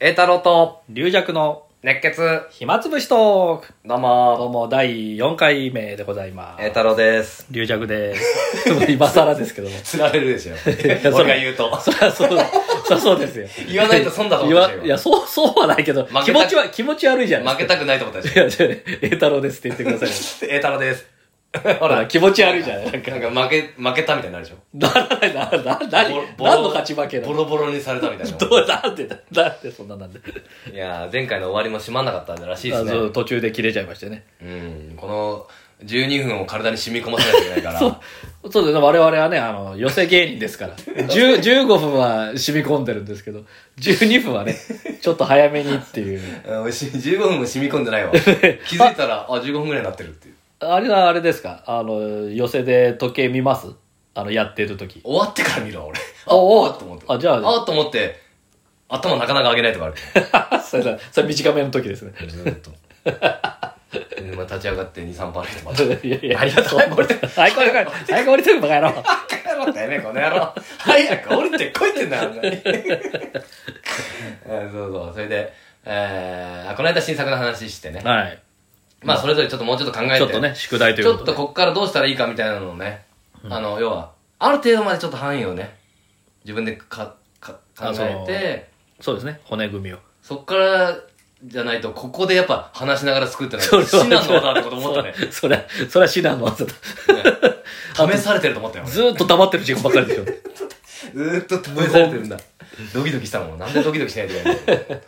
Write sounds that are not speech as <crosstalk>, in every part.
栄太郎と龍尺の熱血暇つぶしトークどどううもも第4回目でございます栄太郎です龍尺ですちょっと今更ですけども釣られるでしょや <laughs> それ <laughs> 俺が言うと <laughs> そりゃそうそりゃそうですよ言わないと損だと思言っわたでしょいやそうそうはないけど負けた気持ちは気持ち悪いじゃない負けたくないと思ったでしいやじゃあ栄太郎ですって言ってくださいよょ栄太郎です <laughs> ほほらら気持ち悪いじゃないなんかなんか負け負けたみたいになるでしょならないななな何ボロ何の勝ち負けなボのロボロにされたみたい <laughs> などうなんでだなんでそんななんでいやー前回の終わりも閉まんなかったらしいであすねそう途中で切れちゃいましてねうんこの12分を体に染み込ませないといけないかそうらそうですね。我々はね、あの、寄せ芸人ですから。10 <laughs> 15分は染み込んでるんですけど、12分は <laughs> ね、ちょっと早めにっていう。うん俺し15分も染み込んでな <laughs> いわ気づいたらあ15分ぐらいになってるっていうあれはあれですかあの、寄せで時計見ますあの、やってる <laughs> 時。終わってから見るわ俺あおうあと思ってあじゃあと思って頭なかなか上げないとかあるそれだそれ短めの時ですね。ずーっとでまあ立ち上がって23歩歩いてまたいやいや、ありがとうそんな早く降りてこい早く降りてこいバカ野郎帰ろうだよねこの野郎早く降りてこいってんだよあん <laughs> なにうんそうそうそれで、えー、あこの間新作の話してねはい。まあそれぞれちょっともうちょっと考えてちょっとね、宿題といちょうっこととで。こっからどうしたらいいかみたいなのをね、あの要はある程度までちょっと範囲をね自分でかか考あそうえてそうですね、骨組みを。そっからじゃないと、ここでやっぱ話しながら作ってないと、至難の技だってこと思ったね。そそれは、それは至難の <laughs> 技だ。ね試されてると思ったよ、ずーっと黙ってる時間ばっかりですよ。俺ずーっと試されてるんだ。ドキドキしたもん。なんでドキドキしないといけないの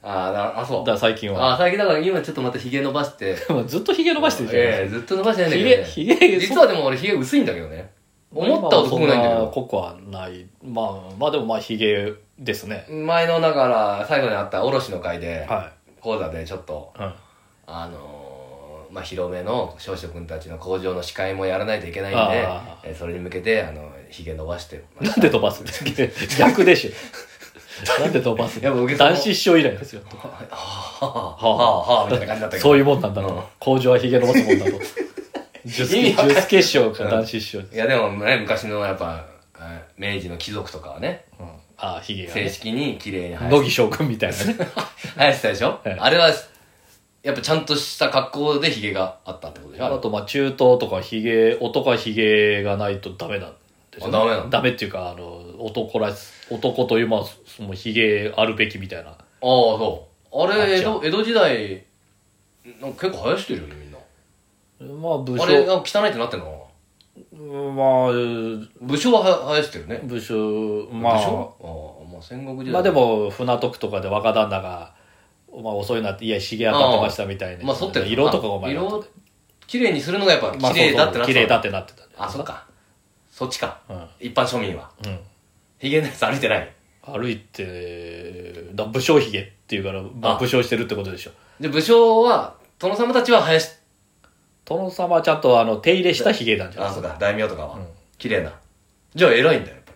あーだ、あ、だそかう。ら最近は。あー、最近だから今ちょっとまた髭伸ばして。もうずっと髭伸ばしてるじゃん。ええずっと伸ばしてないんだけど、ね。ひげひげ実はでも俺髭薄いんだけどね。思ったほど濃くないんだまけあそど。濃くはない。まあ、まあでもまあ、ひげですね。前のだから、最後にあったおろしの会で、は講座でちょっと、い。うん。あのーまあ、広めの少々君たちの工場の司会もやらないといけないんであ、えーそれに向けて、あの、髭伸 <laughs> ばして。なんで飛ばす逆でしょ。なんで飛ばすやっぱ受け男子師匠以来ですよ。はあ、はあ、はあ、はあ、みたいな感じだったけど。そういうもんなんだと。うん工場はひげ伸ばすもんだと。ジュス意味ケ、わかんないジュスケ師匠かうん男子師匠です。いや、でもね、昔のやっぱ、あ明治の貴族とかはね、うんああ、ひげが正ね。式に綺麗に生野や木将軍みたいなね。生やしてたでしょはいあれは、やっぱちゃんとした格好で髭があったってことでしょあれあと、まあ、中東とかひげ、男はひげがないとダメなんですよねあダメなのダメっていうか、あの、男らし、男という、まあ、そのひげあるべきみたいな。ああ、そう。ああれ、江じゃあ戸、江戸時代、なんか結構生やしてるよね、みんな。まあ、武あ将。れが汚いってなってんのうんまあ、うんかな武将はは生やしてるね。武将、ま武将あ、ああ、まあ戦国時代。まあで、も、船徳とかで若旦那が、まあ遅いなって、いや、茂当たってましたみたいな。まあ剃ってる色とかがお前だった色、綺麗にするのがやっぱまあ綺麗だってなそうそうって綺た麗んだだってなってたんだよあ、そっ。か。そっちか。うん。一般庶民は。うん。ヒゲのやつ歩いてない。歩いて、だ武将髭っていうから、まああ武将してるってことでしょ。で、武将は、殿様たちは生やし、殿様はちゃんとあの手入れした髭なんじゃないあ、そうか、大名とかはうん。綺麗な。じゃあ偉いんだよ、やっぱ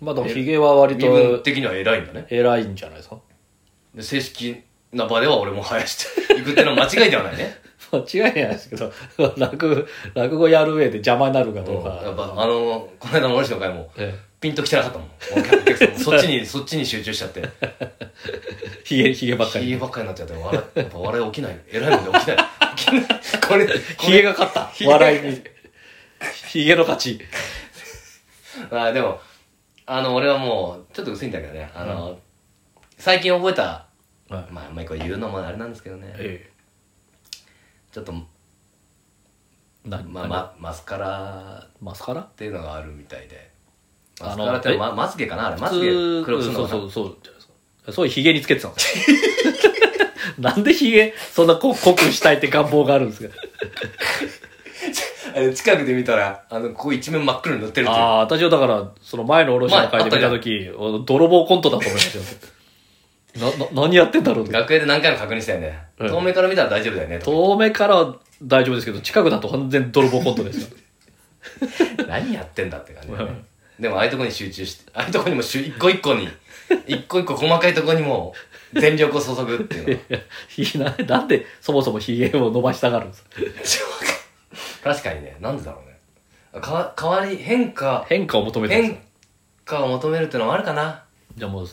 まあでも髭は割り。身分と的には偉いんだね。偉いんじゃないですか。 <laughs> で正式な場では俺も生やしていくってのは間違いではな <laughs> いね。間違いないですけど、 <laughs> 落語、落語やる上で邪魔になるかうんどうか。やっぱ、あの、この間の俺の会も、えピンときてなかったもん。お客お客さんもそっちに、そっちに集中しちゃって。え、ひげ、ひげばっかひげり。ばっかりになっちゃって、笑い、やっ <laughs> ぱ笑い起きない。偉いもんで <laughs> 起きない。 <laughs> 起きない。これ、こひれげが勝ったひ。げが笑いに。ひげの勝ち。あーでも、あの、俺はもう、ちょっと薄いんだけどね。あの、最近覚えた、はまあ、まあ、これ言うのもあれなんですけどね。えちょっと、え。な、まあ、なま、マスカラマスカラっていうのがあるみたいで。あのマスカラって、えま、まつげかなあれ、まつげ黒くするそのうかそなう、そうじゃないですか。そういうひげにつけてたの。なんでひげ、そんな濃濃くしたいって願望があるんですか。あれ近くで見たら、あの、ここ一面真っ黒に塗ってるっていうああ、私はだから、その前のおろしの会で見たとき、泥棒コントだと思いましたよ。な、な、何やってんだろうと。学園で何回も確認したよね。うん遠目から見たら大丈夫だよね。と遠目からは大丈夫ですけど、近くだと完全に泥棒コントですよ。何やってんだって感じだうねん。でも、ああいうとこに集中して、ああいうとこにも集、一個一 <laughs> 個に、一個一個細かいとこにも、全力を注ぐっていうのは。 <laughs> いやひななんでそもそもひげを伸ばしたがるんですか確かにねなんでだろうねかわ変わり変化変化を求めてるんです変よ化を求めるってのもあるかなじゃあもう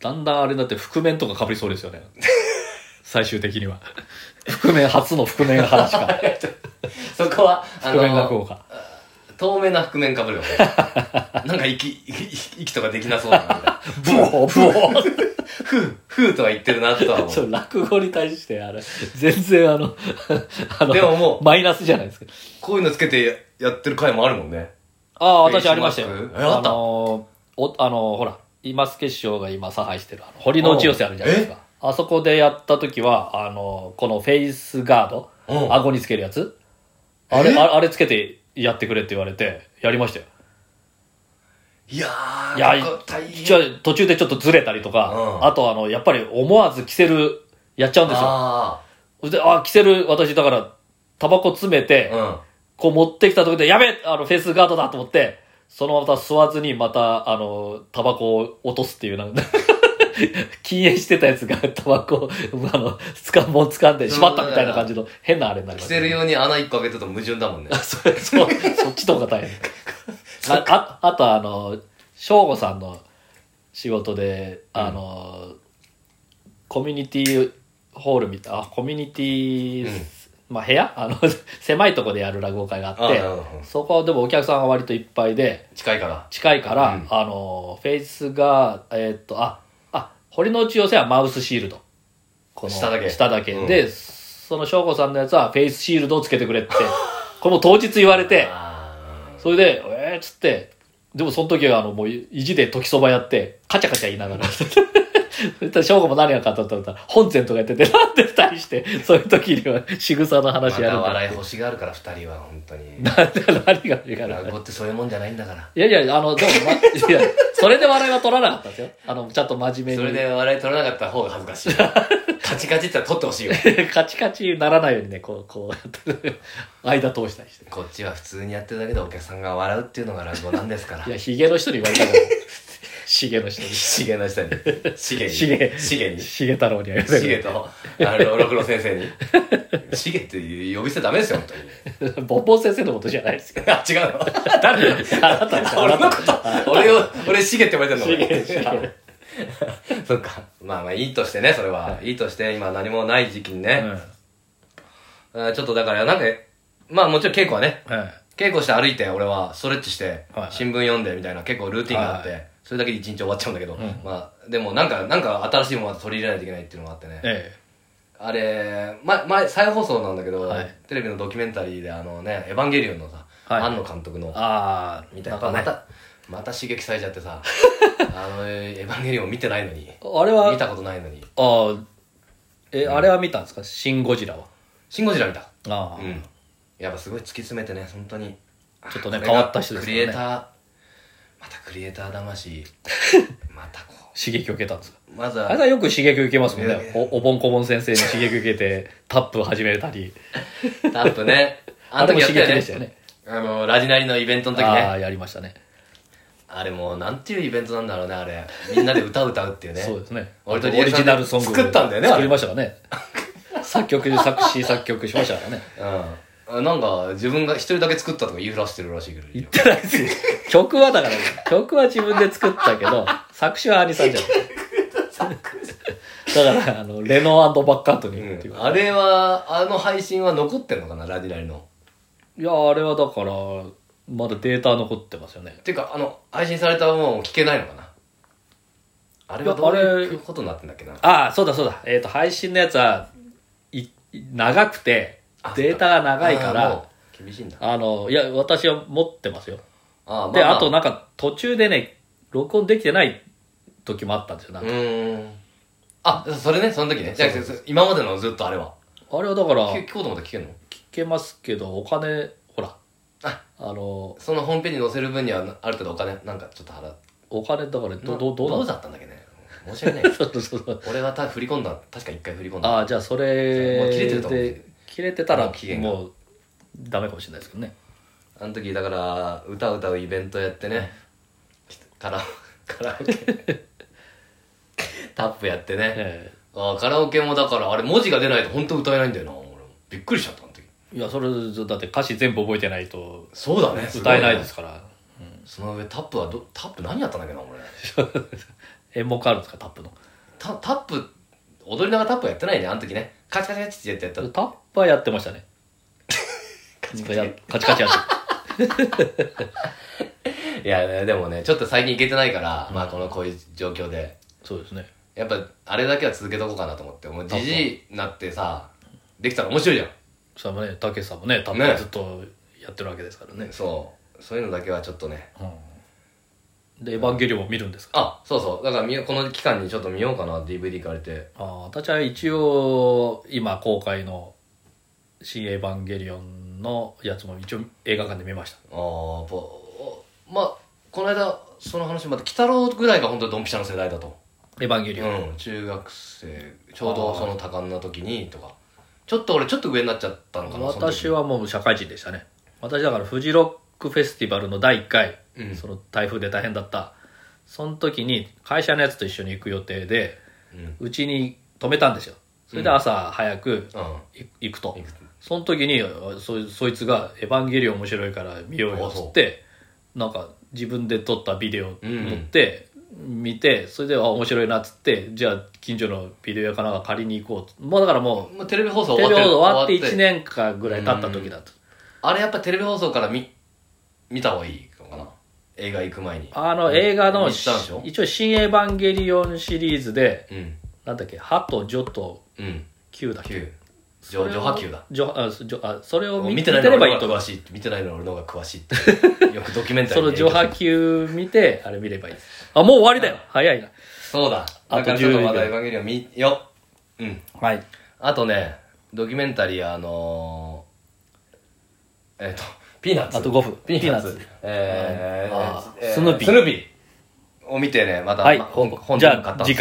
だんだんあれだって覆面とか被りそうですよね。 <laughs> 最終的には。 <laughs> 覆面、初の覆面派し <laughs> か。そこは、あ覆面落語の、家。透明な覆面かぶる <laughs> よね。なんか息、息息とかできなそうだなみたいな。ブ <laughs> オーブオーふう、ふうとは言ってるなとは <laughs> 思。そうう、落語に対して、あれ、 <laughs> 全然あの、 <laughs> あの、でももうマイナスじゃないですか。こういうのつけてやってる回もあるもんね。ああ、私フあェイスりマまスしクたよ。えあったのーお、あのーほら、今助師匠が今差配してる、あの堀之内寄せあるじゃないですか。あそこでやった時は、あのーこのフェイスガード、う <laughs> ん顎につけるやつ、あれ、えああれつけてやってくれって言われて、やりましたよ。いやー、いやなんか大変。じゃあ途中でちょっとずれたりとか、うんあとあの、やっぱり思わず着せる、やっちゃうんですよ。あそして、あ、着せる、私だから、タバコ詰めて、あ、こう持ってきたところで、やべえあの、フェイスガードだと思って、そのまま吸わずに、また、あの、タバコを落とすっていう、なんか <laughs> 禁煙してたやつが、タバコを、あの、つかんもん掴んで、しまったみたいな感じの、変なあれになうん。りま着したせるように穴一個開けてたと矛盾だもんね。それそう、そっちの方が <laughs> 大変。あああとあの、翔吾さんの仕事で、あの、コミュニティホールみたいあ、コミュニティ、うんまあ部屋あの、狭いとこでやる落語会 <laughs> がああなるっほどて、そこはでもお客さんが割といっぱいで、近いから。近いから、うんあの、フェイスが、えーっと、あ、あ、堀之内寄せはマウスシールド。この下だけ下だけ。うんで、その翔子さんのやつはフェイスシールドをつけてくれ <laughs> って、これも当日言われて、あそれで、えーっつって、でもその時はあの、もう意地で時そばやって、カチャカチャ言いながら。そしたら翔子も何が買ったと思ったら、本前とかやってて、なんで二人して、そういう時には仕草のーま話やるんただ笑い星があるから、二人は、本 <laughs> 当に。なんで何がいいかな落語ってそういうもんじゃないんだから。いやいや、あの、でも、 <laughs> ま、いや、それで笑いは取らなかったんですよ。あの、ちゃんと真面そ目れに。で笑い取らなかった方が恥ずかし <laughs> い。カチカチって言ったら取ってほしいよ。カチカチにならないようにね、こう、こうや <laughs> って、間通したりして。こっちは普通にやってるだけでお客さんが笑うっていうのが落語なんですからい。や、ヒゲの人に言われたか <laughs> ら、シゲの人に。しげの下に。しげに。シゲ、しげに。しシゲ太郎には言わげと、あの、六郎先生に。しげって呼び捨てダメですよ、本当に。れ <laughs> た。ボンボン先生のことじゃないですよ。あ、違うの <laughs> 誰だ <laughs> あなたですよ、あ俺なのたこですよ。と、俺を、俺、しげって呼ばれてシるゲ、のシゲ。 <laughs> そっか。まあまあ、いいとしてね、それは。いいとして、今何もない時期にね。あーちょっとだから、なんか、まあもちろん稽古はね、うん。はい。稽古して歩いて、俺はストレッチしては、い新聞読んでみたいな、結構ルーティンがあっはて、それだけで一日終わっちゃうんだけど、んまあ、でもなんか、なんか新しいものを取り入れないといけないっていうのがあってね。えあれ、ま、前、再放送なんだけど、はいテレビのドキュメンタリーで、あのね、エヴァンゲリオンのさ、はい庵野監督のえ。、あー、みみたたいいな、な。まねた、また刺激されちゃって <laughs> さ、あの、エヴァンゲリオン見てないのに、あれは、見あたことないのに、ーえ、あれは見たんですかシン・ゴジラは。シン・ゴジラ見た。あうーん。やっぱすごい突き詰めてね、本当に。ちょっとねあこれ変がわった人ですよねクリエイター、またクリエイタ <laughs> ー魂、またこ刺激を受けたんですかう、まずあれは、はよく刺激受けますもんいやいねや。おおぼんこぼん先生に刺激受けて、タップ始めたり。タップね、 <laughs> あれも刺激でしたよよねね。あの、ラジナリのイベントの時ねあ。あ、やりましたね。あれもうなんていうイベントなんだろうねあれみんなで歌歌うっていう <laughs> ねそうですね。俺とオリエリさんでジナルソングを作ったんだよねあれ作りましたからね。作曲、作詞、作曲しましたからね。うんなんか自分が一人だけ作ったとか言いふらしてるらしいけど言ってないですよ。曲はだから、曲は自分で作ったけど、作詞は兄さんじゃ <laughs> ない。だから、あの、レノーバックカントリーっていううんあれはあの配信は残ってんのかなラジラリのいや、あれはだから、まだデータ残ってますよね。っていうかあの配信されたものを聞けないのかなあれやはいどういあうれことになってんだっけなああ、そうだそうだ。えっ、と、配信のやつは、い、長くてあ、データが長いかあーもら、う厳しいんだあの、いや、私は持ってますよ。あーまあで、まあとなんか、途中でね、録音できてない時もあったんですよ。なんうかーんあそれねその時ねじゃあそうそ今までのずっとあれはあれはだから、聞聞聞こうと思ったら聞けんのけますけど、お金、ほら、ああの、そのホームページに載せる分にはある程度お金なんかちょっと払ってお金だから、ど、ど、どうどなうんだだったんだっけね申し訳ない <laughs> そうそうそう。俺はた振り込んだ確か一回振り込ん <laughs> だああ、じゃあそれもう切れてると思うんですで、切れてたもらう期、限がもう、ダメかもしれないですけどね。あの時だから歌歌うイベントやってね <laughs> カラカラオケ <laughs> タップやってね、ええあーカラオケもだからあれ文字が出ないと本当歌えないんだよな俺もびっくりしちゃったあの時いや、それ、だって歌詞全部覚えてないと、そうだね歌えないですすから。ごねその上タップはどタップ何やったんだっけな俺い演目あるんですか、タップの。タタップ踊りながらタップやってないねあの時ねカチカチカチってやってやっタップはやってましたね。 <laughs> カチカチや。カチカチやって。たいやねでもねちょっと最近行けてないから、うんまあこのこういう状況でそうですね。やっぱあれだけは続けとこうかなと思ってもうじじいになってさできたら面白いじゃんそれもね、たけしさんもね、タップはずっとやってるわけですからね。そうそういうのだけはちょっとねうん。で、エヴァンゲリオンも見るんですかあそうそうだから見よこの期間にちょっと見ようかな DVD 借りてああ、私は一応、今公開の、新エヴァンゲリオンのやつも一応映画館で見ました。ああぼまあこの間その話また鬼太郎ぐらいが本当にドンピシャの世代だとエヴァンゲリオン。うん中学生ちょうどその多感な時にとかちょっと俺ちょっと上になっちゃったのかな私ははもう社会人でしたね私だからフジロックフェスティバルの第1回、うんその台風で大変だったその時に会社のやつと一緒に行く予定でうんうちに泊めたんですよそれで朝早くうんい行くと、その時にそそいつが「エヴァンゲリオン面白いから見ようよ」っつってなんか自分で撮ったビデオを撮って、見てそれで「あ面白いな」っつってじゃあ近所のビデオ屋かなんか借りに行こうともうだからもうもうテレビ放送テ終レわビってる終わって1年かぐらい経った時だと。あれやっぱテレビ放送から見見た方がいいのかな映画行く前にあの映画の、見たんでしょ一応、新エヴァンゲリオンシリーズで、うんなんだっけ、ハとジョとうんキューだっけ。 9上上波球だジョあジョあそれを見見見ててないれのば俺いいのと方思がう詳しい見てないの俺の方が詳し <laughs> いってよくドキュメンタリそーのにジョハ級見て、あれ見ればいいです。あ、もう終わりだよ。早いな。そうだあとだからちょっとまだ10エヴァンゲリオン見ようんはい。あとねドキュメンタリーあのーえっとピーナッツあと5分。ピーナッツ。ーえあーえスヌーピースヌーピーを見てね、また、はいま本じゃあ買ったんです次回